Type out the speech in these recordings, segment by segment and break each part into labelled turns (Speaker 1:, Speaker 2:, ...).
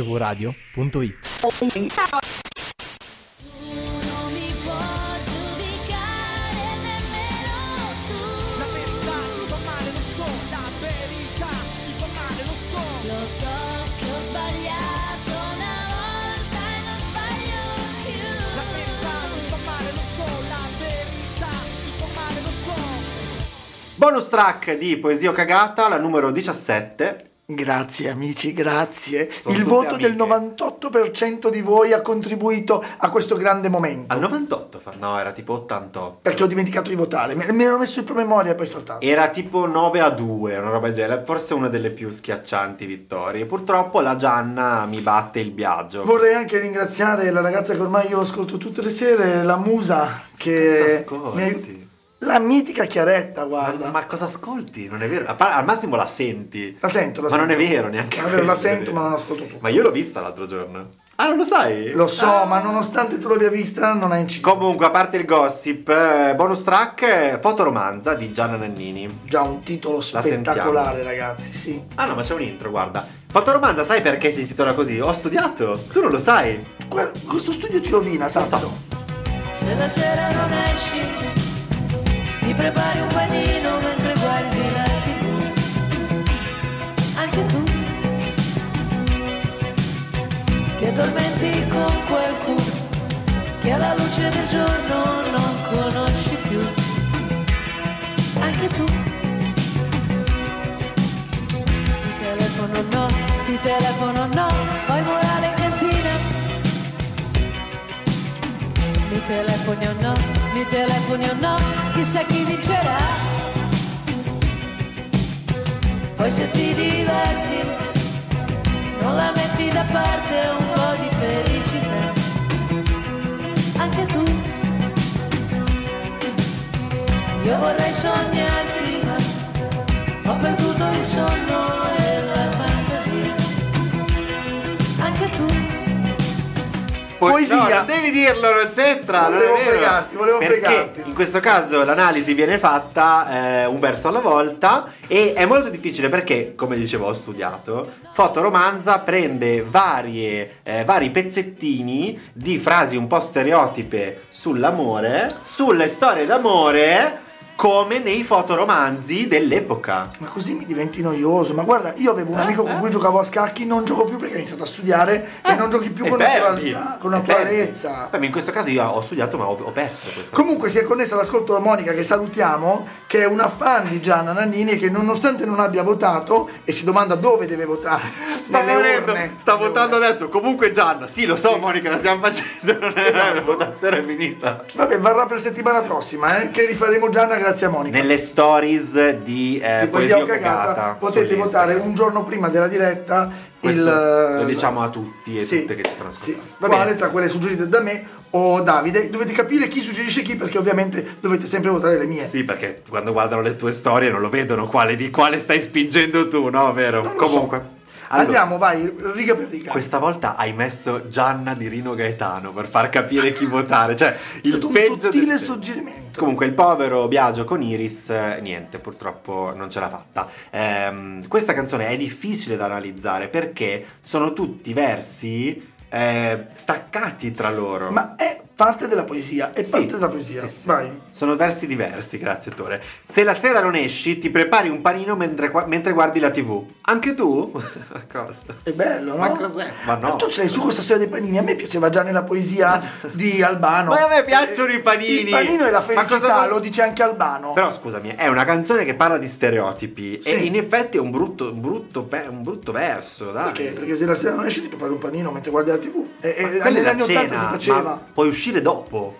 Speaker 1: mvradio.it.
Speaker 2: Non mi può giudicare nemmeno tu
Speaker 3: La verità ti fa male, lo so, la verità ti fa male, lo so.
Speaker 2: Lo so che ho sbagliato una volta e non sbaglio
Speaker 3: La verità ti fa male, lo so, la verità ti fa male, lo so.
Speaker 4: Bonus track di Poesia Cagata, la numero 17.
Speaker 5: Grazie amici, grazie.
Speaker 4: Sono
Speaker 5: Il
Speaker 4: tutte
Speaker 5: voto del
Speaker 4: amiche.
Speaker 5: 98% di voi ha contribuito a questo grande momento.
Speaker 4: Al 98 fa... No, era tipo 88.
Speaker 5: Perché ho dimenticato di votare, me, me l'ero messo in promemoria e poi saltato.
Speaker 4: Era tipo 9 a 2, una roba del genere. Forse una delle più schiaccianti vittorie. Purtroppo la Gianna mi batte il viaggio.
Speaker 5: Vorrei anche ringraziare la ragazza che ormai io ascolto tutte le sere, la musa
Speaker 4: Cosa
Speaker 5: che...
Speaker 4: ascolti?
Speaker 5: mi aiu- la mitica Chiaretta,
Speaker 4: Ma,
Speaker 5: guarda.
Speaker 4: ma cosa ascolti? Non è vero. A par- Al massimo la senti.
Speaker 5: La sento, la
Speaker 4: ma
Speaker 5: sento.
Speaker 4: non è vero neanche.
Speaker 5: È vero, la
Speaker 4: quello,
Speaker 5: sento,
Speaker 4: è vero.
Speaker 5: ma non ascolto tutto.
Speaker 4: Ma io l'ho vista l'altro giorno. Ah, non lo sai?
Speaker 5: Lo so,
Speaker 4: Ah.
Speaker 5: ma nonostante tu l'abbia vista, non hai inciso.
Speaker 4: Comunque, a parte il gossip, eh, bonus track, eh, fotoromanza di Gianna Nannini.
Speaker 5: Già un titolo
Speaker 4: La sentiamo.
Speaker 5: spettacolare, ragazzi, sì.
Speaker 4: Ah no, ma c'è un intro, guarda. Fotoromanza, sai perché si intitola così? Ho studiato. Tu non lo sai.
Speaker 5: Que- questo studio ti rovina,
Speaker 4: Lo
Speaker 5: sabato.
Speaker 4: so.
Speaker 6: Se la sera non esci, ti prepari un panino mentre guardi la tv. Anche tu ti addormenti con qualcuno che alla luce del giorno non conosci più. Anche tu ti telefono no, ti telefono no, poi morale in cantina. Mi telefoni o no, mi telefoni o no, chissà chi vincerà. Poi se ti diverti, non la metti da parte un po' di felicità. Anche tu. Io vorrei sognarti, ma ho perduto il sonno e la fantasia. Anche tu.
Speaker 5: Poesia.
Speaker 4: No, non devi dirlo, non c'entra. non è
Speaker 5: Volevo
Speaker 4: vero.
Speaker 5: fregarti, volevo
Speaker 4: Perché
Speaker 5: fregarti.
Speaker 4: In questo caso l'analisi viene fatta eh, un verso alla volta e è molto difficile perché, come dicevo, ho studiato. Fotoromanza prende varie, eh, vari pezzettini di frasi un po' stereotipe sull'amore, sulle storie d'amore, come nei fotoromanzi dell'epoca.
Speaker 5: Ma così mi diventi noioso. Ma guarda, io avevo un
Speaker 4: Eh,
Speaker 5: amico con
Speaker 4: eh.
Speaker 5: cui giocavo a scacchi, non gioco più perché ho iniziato a studiare e non giochi più
Speaker 4: Eh, E
Speaker 5: con
Speaker 4: perdi,
Speaker 5: naturalità, con
Speaker 4: e
Speaker 5: naturalezza.
Speaker 4: perdi. Beh, ma in questo caso io ho studiato ma ho, ho perso questa
Speaker 5: Comunque si è connessa all'ascolto da Monica che salutiamo, che è una fan di Gianna Nannini e che nonostante non abbia votato e si domanda dove deve votare.
Speaker 4: Sta
Speaker 5: nelle
Speaker 4: morendo,
Speaker 5: urne,
Speaker 4: sta
Speaker 5: nelle
Speaker 4: votando
Speaker 5: urne.
Speaker 4: adesso. Comunque Gianna, sì, lo so Monica, la stiamo facendo, non è
Speaker 5: Esatto.
Speaker 4: la votazione è finita.
Speaker 5: Vabbè, varrà per settimana prossima, eh, che rifaremo Gianna grazie a Monica.
Speaker 4: Nelle stories di, eh,
Speaker 5: Di
Speaker 4: Poesia
Speaker 5: Poesia
Speaker 4: o Cagata
Speaker 5: potete
Speaker 4: su
Speaker 5: votare
Speaker 4: Instagram.
Speaker 5: un giorno prima della diretta
Speaker 4: Questo
Speaker 5: il
Speaker 4: lo diciamo a tutti e
Speaker 5: Sì,
Speaker 4: tutte che ci stanno
Speaker 5: sì.
Speaker 4: ascoltando. Va
Speaker 5: quale
Speaker 4: bene.
Speaker 5: tra quelle suggerite da me o Davide dovete capire chi suggerisce chi perché ovviamente dovete sempre votare le mie
Speaker 4: Sì, perché quando guardano le tue storie non lo vedono quale di quale stai spingendo tu, no, vero?
Speaker 5: Non lo
Speaker 4: Comunque.
Speaker 5: so.
Speaker 4: Allora,
Speaker 5: andiamo vai riga per riga
Speaker 4: Questa volta hai messo Gianna di Rino Gaetano per far capire chi votare, cioè
Speaker 5: è
Speaker 4: il
Speaker 5: stato un
Speaker 4: peggio
Speaker 5: sottile
Speaker 4: del-
Speaker 5: suggerimento
Speaker 4: Comunque il povero Biagio con Iris, eh, niente, purtroppo non ce l'ha fatta. Ehm, questa canzone è difficile da analizzare perché sono tutti versi eh, staccati tra loro.
Speaker 5: ma è parte della poesia è
Speaker 4: Sì,
Speaker 5: parte della poesia
Speaker 4: sì, sì.
Speaker 5: vai
Speaker 4: Sono versi diversi, grazie Tore. Se la sera non esci, ti prepari un panino mentre, qua- mentre guardi la TV. Anche tu? Ma Cosa?
Speaker 5: è bello, no?
Speaker 4: Ma cos'è? Ma no.
Speaker 5: tu ce l'hai su questa storia dei panini. A me piaceva già nella poesia di Albano.
Speaker 4: Ma a me piacciono i panini.
Speaker 5: Il panino è la
Speaker 4: Ma cosa
Speaker 5: felicità,
Speaker 4: vuol-
Speaker 5: lo dice anche Albano.
Speaker 4: Però scusami, è una canzone che parla di stereotipi e
Speaker 5: Sì.
Speaker 4: in effetti è un brutto, un brutto, pe- un brutto verso, dai.
Speaker 5: Perché? Perché se la sera non esci ti prepari un panino mentre guardi la tv. E, e
Speaker 4: Quella è
Speaker 5: negli
Speaker 4: la
Speaker 5: Eh, anni 80 si
Speaker 4: cena,
Speaker 5: faceva.
Speaker 4: ma puoi uscire dopo.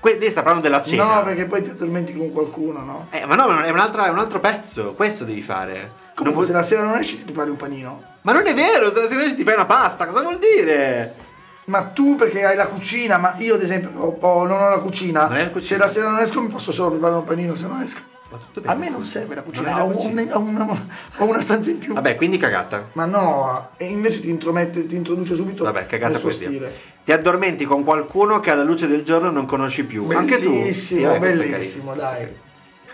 Speaker 4: Que- lei sta parlando della cena.
Speaker 5: No, perché poi ti addormenti con qualcuno, no?
Speaker 4: Eh, ma no, ma è, un'altra- è un altro pezzo, questo devi fare. Non
Speaker 5: Comunque
Speaker 4: vuol-
Speaker 5: se la sera non esci ti prepari un panino.
Speaker 4: Ma non è vero, se la sera esci ti fai una pasta, cosa vuol dire?
Speaker 5: Ma tu perché hai la cucina, ma io ad esempio ho- ho- non ho la cucina.
Speaker 4: Non hai la cucina.
Speaker 5: Se la sera non esco mi posso solo preparare un panino se non esco.
Speaker 4: Ma tutto bene.
Speaker 5: A me non serve la
Speaker 4: Non
Speaker 5: cucina,
Speaker 4: hai la
Speaker 5: ho,
Speaker 4: cucina.
Speaker 5: un- ho una, ho una stanza in più.
Speaker 4: Vabbè, quindi cagata.
Speaker 5: Ma no, e invece ti intromette, ti introduce subito
Speaker 4: Vabbè,
Speaker 5: nel
Speaker 4: cagata
Speaker 5: suo
Speaker 4: poesia.
Speaker 5: stile.
Speaker 4: Ti addormenti con qualcuno che alla luce del giorno non conosci più. Anche tu.
Speaker 5: Bellissimo,
Speaker 4: vabbè, questo è
Speaker 5: bellissimo,
Speaker 4: carino.
Speaker 5: dai.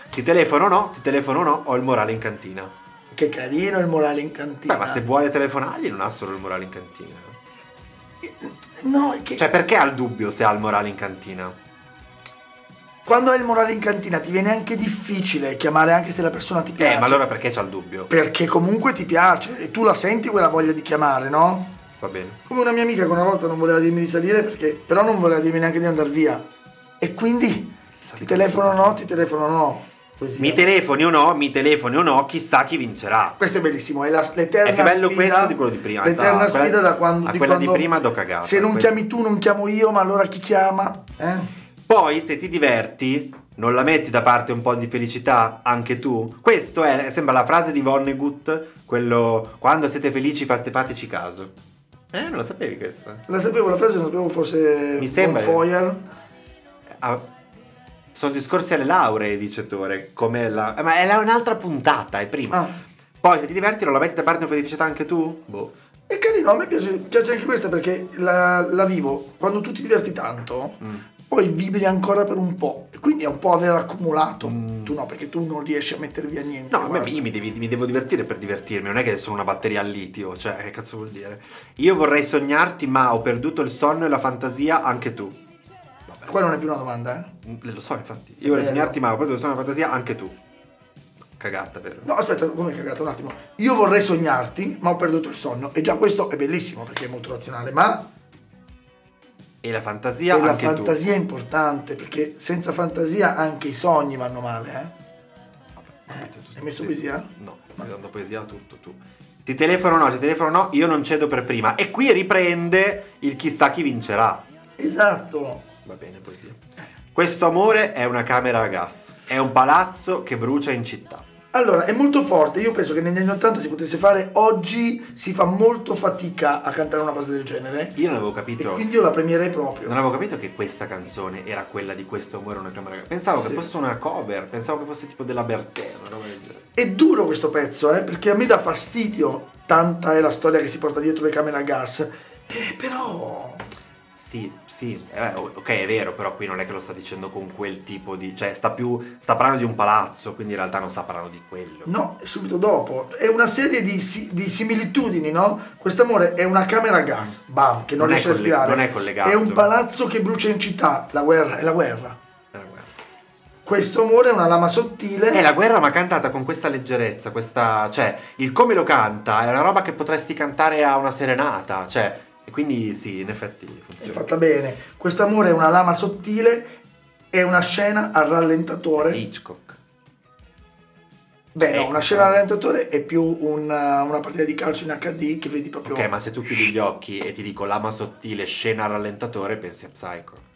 Speaker 4: Ti telefono o no, ti telefono o no, ho il morale in cantina.
Speaker 5: Che carino il morale in cantina.
Speaker 4: Beh, ma se vuole telefonargli non ha solo il morale in cantina.
Speaker 5: No, è che
Speaker 4: Cioè, perché ha il dubbio se ha il morale in cantina?
Speaker 5: quando hai il morale in cantina ti viene anche difficile chiamare anche se la persona ti piace.
Speaker 4: Eh, ma allora perché c'ha il dubbio?
Speaker 5: Perché comunque ti piace e tu la senti quella voglia di chiamare, no?
Speaker 4: Va bene.
Speaker 5: Come una mia amica che una volta non voleva dirmi di salire perché però non voleva dirmi neanche di andare via. E quindi ti telefono no, ti telefono no. Così.
Speaker 4: Mi telefoni o no, mi telefoni o no, chissà chi vincerà.
Speaker 5: questo è bellissimo, è la, l'eterna
Speaker 4: È più bello
Speaker 5: sfida,
Speaker 4: questo di quello di prima,
Speaker 5: L'eterna
Speaker 4: esatto.
Speaker 5: sfida da quando
Speaker 4: A quella di
Speaker 5: quando-
Speaker 4: prima do cagata,
Speaker 5: Se non
Speaker 4: questo.
Speaker 5: chiami tu, non chiamo io, ma allora chi chiama? Eh?
Speaker 4: Poi, se ti diverti, non la metti da parte un po' di felicità anche tu? Questo è, sembra la frase di Vonnegut, quello quando siete felici fate, fateci caso. Eh, non la sapevi questa?
Speaker 5: La sapevo la frase, non sapevo fosse
Speaker 4: Mi sembra-
Speaker 5: Foyer.
Speaker 4: Ah, sono discorsi alle lauree, dice Tore, come la... eh, ma è la- un'altra puntata, è prima.
Speaker 5: Ah.
Speaker 4: Poi, se ti diverti, non la metti da parte un po' di felicità anche tu? Boh.
Speaker 5: È carino, a me piace, piace anche questa perché la, la vivo quando tu ti diverti tanto,
Speaker 4: Mm.
Speaker 5: poi vibri ancora per un po'. E quindi è un po' aver accumulato. Tu no, perché tu non riesci a mettere via niente.
Speaker 4: Mm. No, a me-
Speaker 5: guarda.
Speaker 4: io mi, devi- mi devo divertire per divertirmi, non è che sono una batteria al litio, cioè che cazzo vuol dire? Io vorrei sognarti, ma ho perduto il sonno e la fantasia anche tu.
Speaker 5: Qua non è più una domanda, eh.
Speaker 4: Mm, Lo so, infatti. Io vorrei
Speaker 5: Vero.
Speaker 4: sognarti, ma ho perduto il sonno e la fantasia anche tu. Cagata, vero?
Speaker 5: No, aspetta, come cagato un attimo. Io vorrei sognarti, ma ho perduto il sonno. E già questo è bellissimo perché è molto razionale, ma
Speaker 4: E la fantasia
Speaker 5: e la
Speaker 4: anche tu.
Speaker 5: fantasia è importante perché senza fantasia anche i sogni vanno male, eh. hai messo poesia?
Speaker 4: No, stai dando poesia a tutto tu. Ti telefono o no, ti telefono o no, io non cedo per prima. E qui riprende il chissà chi vincerà.
Speaker 5: eh? Esatto.
Speaker 4: Va bene, poesia.
Speaker 5: Eh.
Speaker 4: Questo amore è una camera a gas, è un palazzo che brucia in città.
Speaker 5: Allora, è molto forte, io penso che negli anni 80 si potesse fare, oggi si fa molto fatica a cantare una cosa del genere
Speaker 4: Io non avevo
Speaker 5: e
Speaker 4: capito.
Speaker 5: quindi io la premierei proprio.
Speaker 4: Non avevo capito che questa canzone era quella di questo amore una camera. Pensavo
Speaker 5: Sì.
Speaker 4: che fosse una cover, pensavo che fosse tipo della Bertè, una roba del genere.
Speaker 5: È duro questo pezzo, eh, perché a me dà fastidio, tanta è la storia che si porta dietro le camere a gas, Eh, però...
Speaker 4: Sì, sì, eh, beh, o- ok, è vero, però qui non è che lo sta dicendo con quel tipo di. cioè, sta più. sta parlando di un palazzo, quindi in realtà non sta parlando di quello.
Speaker 5: No, è subito dopo. È una serie di, si- di similitudini, no? Quest'amore è una camera a gas, bam, che non,
Speaker 4: Non è
Speaker 5: riesce a
Speaker 4: colle-
Speaker 5: respirare.
Speaker 4: non è collegato.
Speaker 5: È un palazzo che brucia in città, la guerra, è la guerra.
Speaker 4: È la guerra.
Speaker 5: Questo amore è una lama sottile.
Speaker 4: È la guerra, ma cantata con questa leggerezza, questa. cioè, il come lo canta è una roba che potresti cantare a una serenata, cioè. E quindi sì, in effetti
Speaker 5: È
Speaker 4: funziona.
Speaker 5: fatta bene. Questo amore è una lama sottile, è una scena al rallentatore.
Speaker 4: Hitchcock.
Speaker 5: Beh, no,
Speaker 4: Ecco.
Speaker 5: una scena al rallentatore è più una, una partita di calcio in HD che vedi proprio.
Speaker 4: Ok, ma se tu chiudi gli occhi e ti dico lama sottile, scena al rallentatore, pensi a Psycho.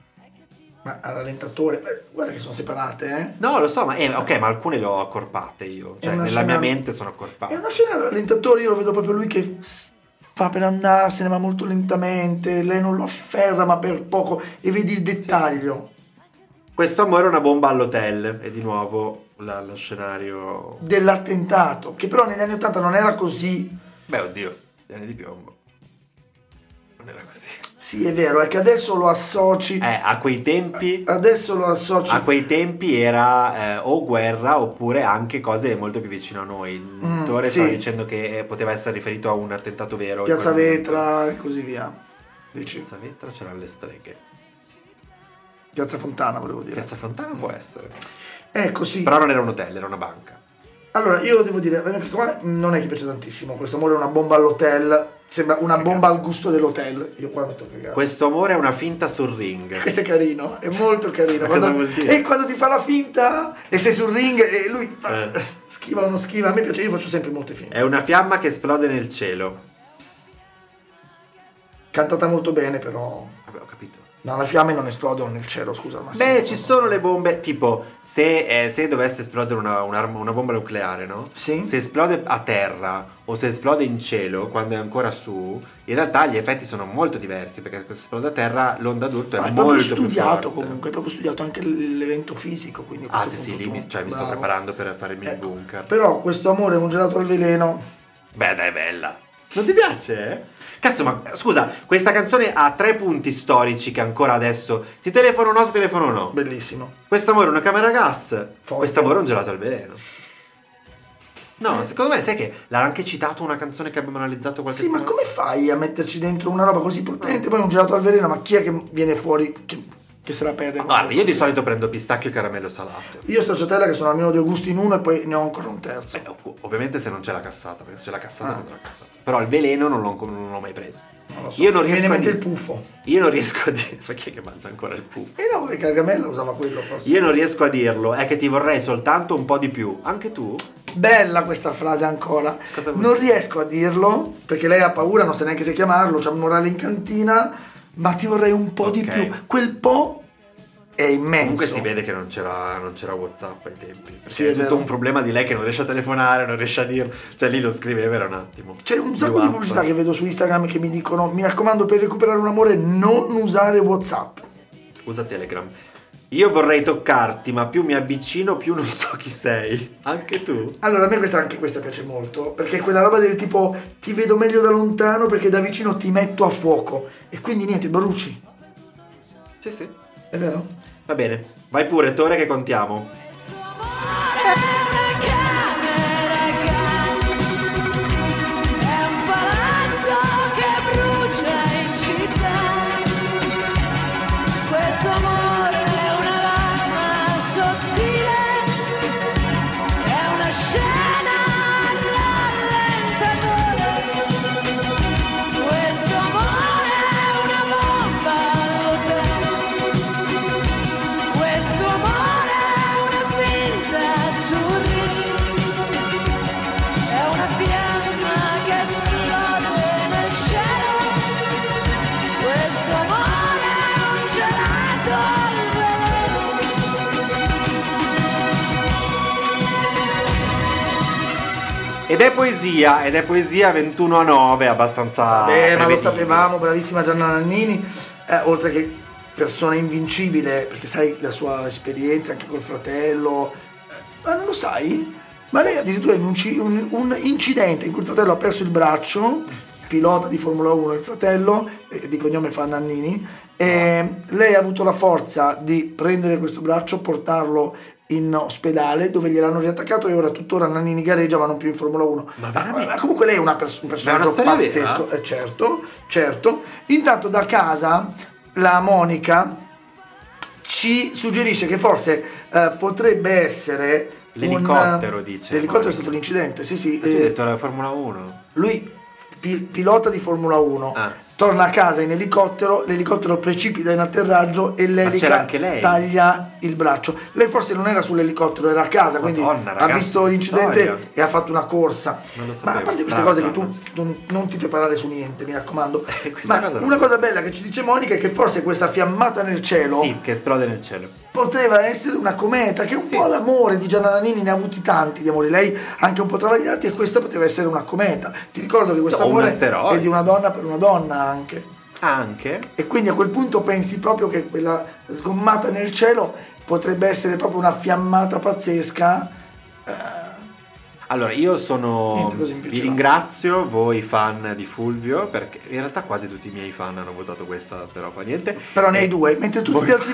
Speaker 5: Ma al rallentatore, beh, guarda che sono separate, eh.
Speaker 4: No, lo so, ma eh, ok, ma alcune le ho accorpate io. Cioè,
Speaker 5: una
Speaker 4: nella
Speaker 5: scena-
Speaker 4: mia mente sono
Speaker 5: È
Speaker 4: accorpate.
Speaker 5: una scena al rallentatore, io lo vedo proprio lui che s- fa per andarsene, ma molto lentamente. Lei non lo afferra, ma per poco. E vedi il dettaglio.
Speaker 4: Questo amore è una bomba all'hotel. E di nuovo la- lo scenario.
Speaker 5: Dell'attentato, che però negli anni 80 non era così.
Speaker 4: Beh, oddio, gli anni di piombo. Non era così.
Speaker 5: Sì, è vero, è che adesso lo associ.
Speaker 4: Eh, a quei tempi.
Speaker 5: Adesso lo associ.
Speaker 4: Eh. A quei tempi era eh, o guerra oppure anche cose molto più vicine a noi.
Speaker 5: Mm,
Speaker 4: Tore
Speaker 5: sì.
Speaker 4: stava dicendo che eh, poteva essere riferito a un attentato vero. in
Speaker 5: Piazza
Speaker 4: quel momento.
Speaker 5: Vetra e così via. Dici,
Speaker 4: Piazza Vetra c'erano le streghe.
Speaker 5: Piazza Fontana volevo dire.
Speaker 4: Piazza Fontana può essere.
Speaker 5: Ecco sì.
Speaker 4: Però non era un hotel, era una banca.
Speaker 5: Allora io devo dire, a me questo qua non è che piace tantissimo, questo amore è una bomba all'hotel, sembra una bomba al gusto dell'hotel. Io qua mi tocco cagare.
Speaker 4: Questo amore è una finta sul ring.
Speaker 5: Questo è carino, è molto
Speaker 4: Ma
Speaker 5: carino.
Speaker 4: cosa
Speaker 5: Quando-
Speaker 4: vuol dire?
Speaker 5: E quando ti fa la finta e sei sul ring e lui fa
Speaker 4: Eh.
Speaker 5: schiva o non schiva, a me piace, io faccio sempre molte finte.
Speaker 4: È una fiamma che esplode nel cielo.
Speaker 5: Cantata molto bene però.
Speaker 4: Vabbè, ho capito.
Speaker 5: No, le fiamme non esplodono nel cielo, scusa. Ma sì,
Speaker 4: Beh,
Speaker 5: no,
Speaker 4: ci
Speaker 5: no.
Speaker 4: sono le bombe. Tipo, se, eh, se dovesse esplodere una, un'arma- una bomba nucleare, no?
Speaker 5: Sì.
Speaker 4: Se esplode a terra o se esplode in cielo quando è ancora su, in realtà gli effetti sono molto diversi. Perché se esplode a terra, l'onda d'urto è,
Speaker 5: Ma è
Speaker 4: molto
Speaker 5: proprio
Speaker 4: più
Speaker 5: studiato
Speaker 4: forte.
Speaker 5: comunque, è proprio studiato anche l- l'evento fisico. Quindi a
Speaker 4: Ah, sì,
Speaker 5: questo
Speaker 4: sì,
Speaker 5: punto
Speaker 4: lì
Speaker 5: tu-
Speaker 4: mi, cioè, mi sto
Speaker 5: bravo.
Speaker 4: preparando per fare il mio
Speaker 5: Ecco,
Speaker 4: bunker.
Speaker 5: Però questo amore è un gelato al veleno.
Speaker 4: Beh, dai, bella. Non ti piace? eh? Cazzo, ma scusa, questa canzone ha tre punti storici che ancora adesso. Ti telefono o no, ti telefono o no?
Speaker 5: Bellissimo.
Speaker 4: Questo amore è una camera a gas. Questo amore è un gelato al veleno.
Speaker 5: Eh.
Speaker 4: No, secondo me, sai che l'ha anche citato una canzone che abbiamo analizzato qualche
Speaker 5: Sì, ma
Speaker 4: settimana
Speaker 5: come fai a metterci dentro una roba così potente? Poi un gelato al veleno, ma chi è che viene fuori che, che se la perde? con
Speaker 4: Guarda,
Speaker 5: questo?
Speaker 4: io di solito prendo pistacchio e caramello salato.
Speaker 5: Io sto ciotella che sono almeno due gusti in uno e poi ne ho ancora un terzo.
Speaker 4: Beh, ov- Eh, ovviamente se non c'è la cassata, perché se c'è la cassata
Speaker 5: Ah.
Speaker 4: non c'è la cassata. Però il veleno non l'ho, non l'ho mai preso.
Speaker 5: Non lo so.
Speaker 4: Io non
Speaker 5: Mi viene
Speaker 4: riesco
Speaker 5: in
Speaker 4: a
Speaker 5: mente
Speaker 4: dire.
Speaker 5: il puffo.
Speaker 4: Io non riesco a dire. Perché che mangia ancora il puff?
Speaker 5: E no, perché Gargamella usava quello forse.
Speaker 4: Io non riesco a dirlo, è che ti vorrei soltanto un po' di più. Anche tu?
Speaker 5: Eh, Bella questa frase ancora.
Speaker 4: Cosa vuol
Speaker 5: Non
Speaker 4: dire?
Speaker 5: riesco a dirlo perché lei ha paura, non sa neanche se chiamarlo, c'ha un morale in cantina, ma ti vorrei un po' di
Speaker 4: Ok.
Speaker 5: più. Quel po' è immenso.
Speaker 4: Comunque si vede che non c'era, non c'era WhatsApp ai tempi. Perché
Speaker 5: Sì,
Speaker 4: è,
Speaker 5: è
Speaker 4: tutto
Speaker 5: vero.
Speaker 4: un problema di lei che non riesce a telefonare, non riesce a dirlo. Cioè lì lo scriveva era un attimo.
Speaker 5: C'è un sacco
Speaker 4: Più
Speaker 5: di
Speaker 4: app.
Speaker 5: pubblicità che vedo su Instagram che mi dicono: Mi raccomando, per recuperare un amore, non usare WhatsApp.
Speaker 4: Usa Telegram. Io vorrei toccarti, ma più mi avvicino, più non so chi sei. Anche tu?
Speaker 5: Allora, a me questa, anche questa piace molto, perché è quella roba del tipo ti vedo meglio da lontano perché da vicino ti metto a fuoco e quindi niente, bruci,
Speaker 4: Sì, sì.
Speaker 5: è vero?
Speaker 4: Va bene, vai pure, Tore, che contiamo.
Speaker 2: Questo amore è una camera È un palazzo che brucia in città Questo amore è una lama sottile È una scena al rallentatore Questo amore è una bomba all'hotel questo amore è una finta sorrisi, è una fiamma che esplode nel cielo. Questo amore è un gelato al veleno.
Speaker 4: Ed è poesia, ed è poesia 21 a 9, abbastanza...
Speaker 5: Beh, Eh, ma lo
Speaker 4: Ah, prevedibile.
Speaker 5: sapevamo, bravissima Gianna Nannini, eh, oltre che persona invincibile, perché sai la sua esperienza anche col fratello, eh, ma non lo sai? Ma lei addirittura in un, ci- un- un incidente in cui il fratello ha perso il braccio, pilota di Formula 1 il fratello, eh, di cognome fa Nannini, e lei ha avuto la forza di prendere questo braccio, portarlo in ospedale dove gliel'hanno riattaccato e ora tuttora Nannini gareggia ma non più in Formula 1.
Speaker 4: Ma veramente?
Speaker 5: ma comunque lei è una persona
Speaker 4: Ma è una storia vera?
Speaker 5: pazzesco, eh, certo, certo. Intanto da casa la Monica ci suggerisce che forse eh, potrebbe essere un-
Speaker 4: L'elicottero, dice
Speaker 5: L'elicottero
Speaker 4: Monica.
Speaker 5: è stato l'incidente, sì, sì.
Speaker 4: Ma tu hai
Speaker 5: eh,
Speaker 4: detto la Formula 1?
Speaker 5: lui pi- pilota di Formula 1.
Speaker 4: Ah.
Speaker 5: Torna a casa in elicottero, l'elicottero precipita in atterraggio e
Speaker 4: c'era
Speaker 5: l'elica
Speaker 4: anche lei?
Speaker 5: taglia il braccio. Lei forse non era sull'elicottero, era a casa, quindi
Speaker 4: Madonna,
Speaker 5: ha
Speaker 4: ragazzi,
Speaker 5: visto
Speaker 4: che
Speaker 5: l'incidente
Speaker 4: storia.
Speaker 5: e ha fatto una corsa.
Speaker 4: Non lo sapevo.
Speaker 5: Ma a parte queste
Speaker 4: Brava,
Speaker 5: cose che
Speaker 4: Gianna.
Speaker 5: tu non, non ti preparare su niente, mi raccomando.
Speaker 4: Questa
Speaker 5: Ma
Speaker 4: cosa non
Speaker 5: una
Speaker 4: la
Speaker 5: cosa bella che ci dice Monica è che forse questa fiammata nel cielo
Speaker 4: Sì, che esplode nel cielo.
Speaker 5: poteva essere una cometa, che un
Speaker 4: Sì.
Speaker 5: po' l'amore di Gianna Nannini ne ha avuti tanti di amori, lei anche un po' travagliati e questa poteva essere una cometa. Ti ricordo che questo
Speaker 4: O Cioè, un
Speaker 5: amore
Speaker 4: asteroide.
Speaker 5: è di una donna per una donna anche.
Speaker 4: Anche?
Speaker 5: E quindi a quel punto pensi proprio che quella sgommata nel cielo potrebbe essere proprio una fiammata pazzesca.
Speaker 4: Allora, io sono.
Speaker 5: Niente, così mi
Speaker 4: vi
Speaker 5: piaceva.
Speaker 4: ringrazio, voi fan di Fulvio, perché in realtà quasi tutti i miei fan hanno votato questa, però fa niente.
Speaker 5: Però ne hai
Speaker 4: E
Speaker 5: due, mentre tutti
Speaker 4: Eh, voi-
Speaker 5: gli altri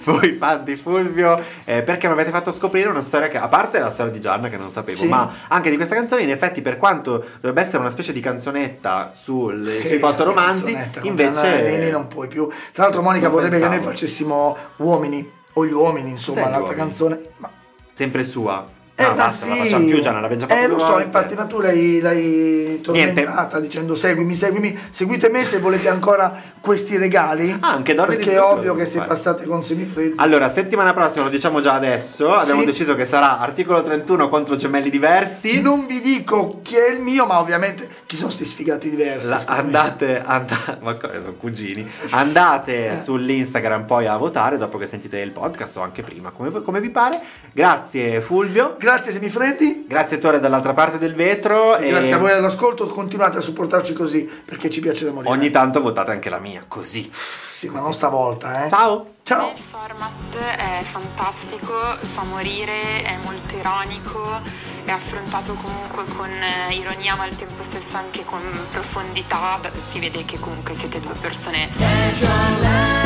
Speaker 4: Voi fan di Fulvio, eh, perché mi avete fatto scoprire una storia che, a parte la storia di Gianna che non sapevo,
Speaker 5: Sì.
Speaker 4: ma anche di questa canzone, in effetti, per quanto dovrebbe essere una specie di canzonetta sul, sui
Speaker 5: Eh,
Speaker 4: fotoromanzi,
Speaker 5: canzonetta, con Gianna
Speaker 4: invece.
Speaker 5: Nannini non puoi più. Tra l'altro
Speaker 4: Sì,
Speaker 5: Monica
Speaker 4: non
Speaker 5: vorrebbe che
Speaker 4: pensavo.
Speaker 5: noi facessimo uomini o gli uomini, insomma,
Speaker 4: Sì, gli
Speaker 5: l'altra
Speaker 4: uomini.
Speaker 5: canzone, ma
Speaker 4: Sempre sua.
Speaker 5: Eh,
Speaker 4: Ah,
Speaker 5: ma
Speaker 4: basta, non
Speaker 5: sì.
Speaker 4: la facciamo più, Gianna, l'abbiamo già fatto
Speaker 5: Eh, lo
Speaker 4: due
Speaker 5: so,
Speaker 4: volte.
Speaker 5: infatti, ma tu l'hai, l'hai tormentata dicendo seguimi, seguimi, seguite me se volete ancora questi regali.
Speaker 4: Ah, anche Dorri di
Speaker 5: Perché è
Speaker 4: Zucchero Ah.
Speaker 5: ovvio che
Speaker 4: devo
Speaker 5: se
Speaker 4: fare.
Speaker 5: passate con semifreddi.
Speaker 4: Allora, settimana prossima, lo diciamo già adesso, abbiamo
Speaker 5: Sì.
Speaker 4: deciso che sarà articolo 31 contro gemelli diversi.
Speaker 5: Non vi dico chi è il mio, ma ovviamente chi sono sti sfigati diversi.
Speaker 4: La-
Speaker 5: scusami.
Speaker 4: andate, andate, ma co- sono cugini. Andate
Speaker 5: Eh.
Speaker 4: sull'Instagram poi a votare dopo che sentite il podcast o anche prima, come, voi- come vi pare. Grazie Fulvio,
Speaker 5: Grazie semifreddi.
Speaker 4: grazie Tore dall'altra parte del vetro. E
Speaker 5: Grazie a voi all'ascolto, continuate a supportarci così perché ci piace da morire.
Speaker 4: Ogni tanto votate anche la mia, così.
Speaker 5: Sì, ma non stavolta, eh.
Speaker 4: Ciao!
Speaker 5: Ciao.
Speaker 1: Il format è fantastico, fa morire, è molto ironico, è affrontato comunque con eh, ironia ma al tempo stesso anche con profondità, Beh, si vede che comunque siete due persone
Speaker 2: Dentro al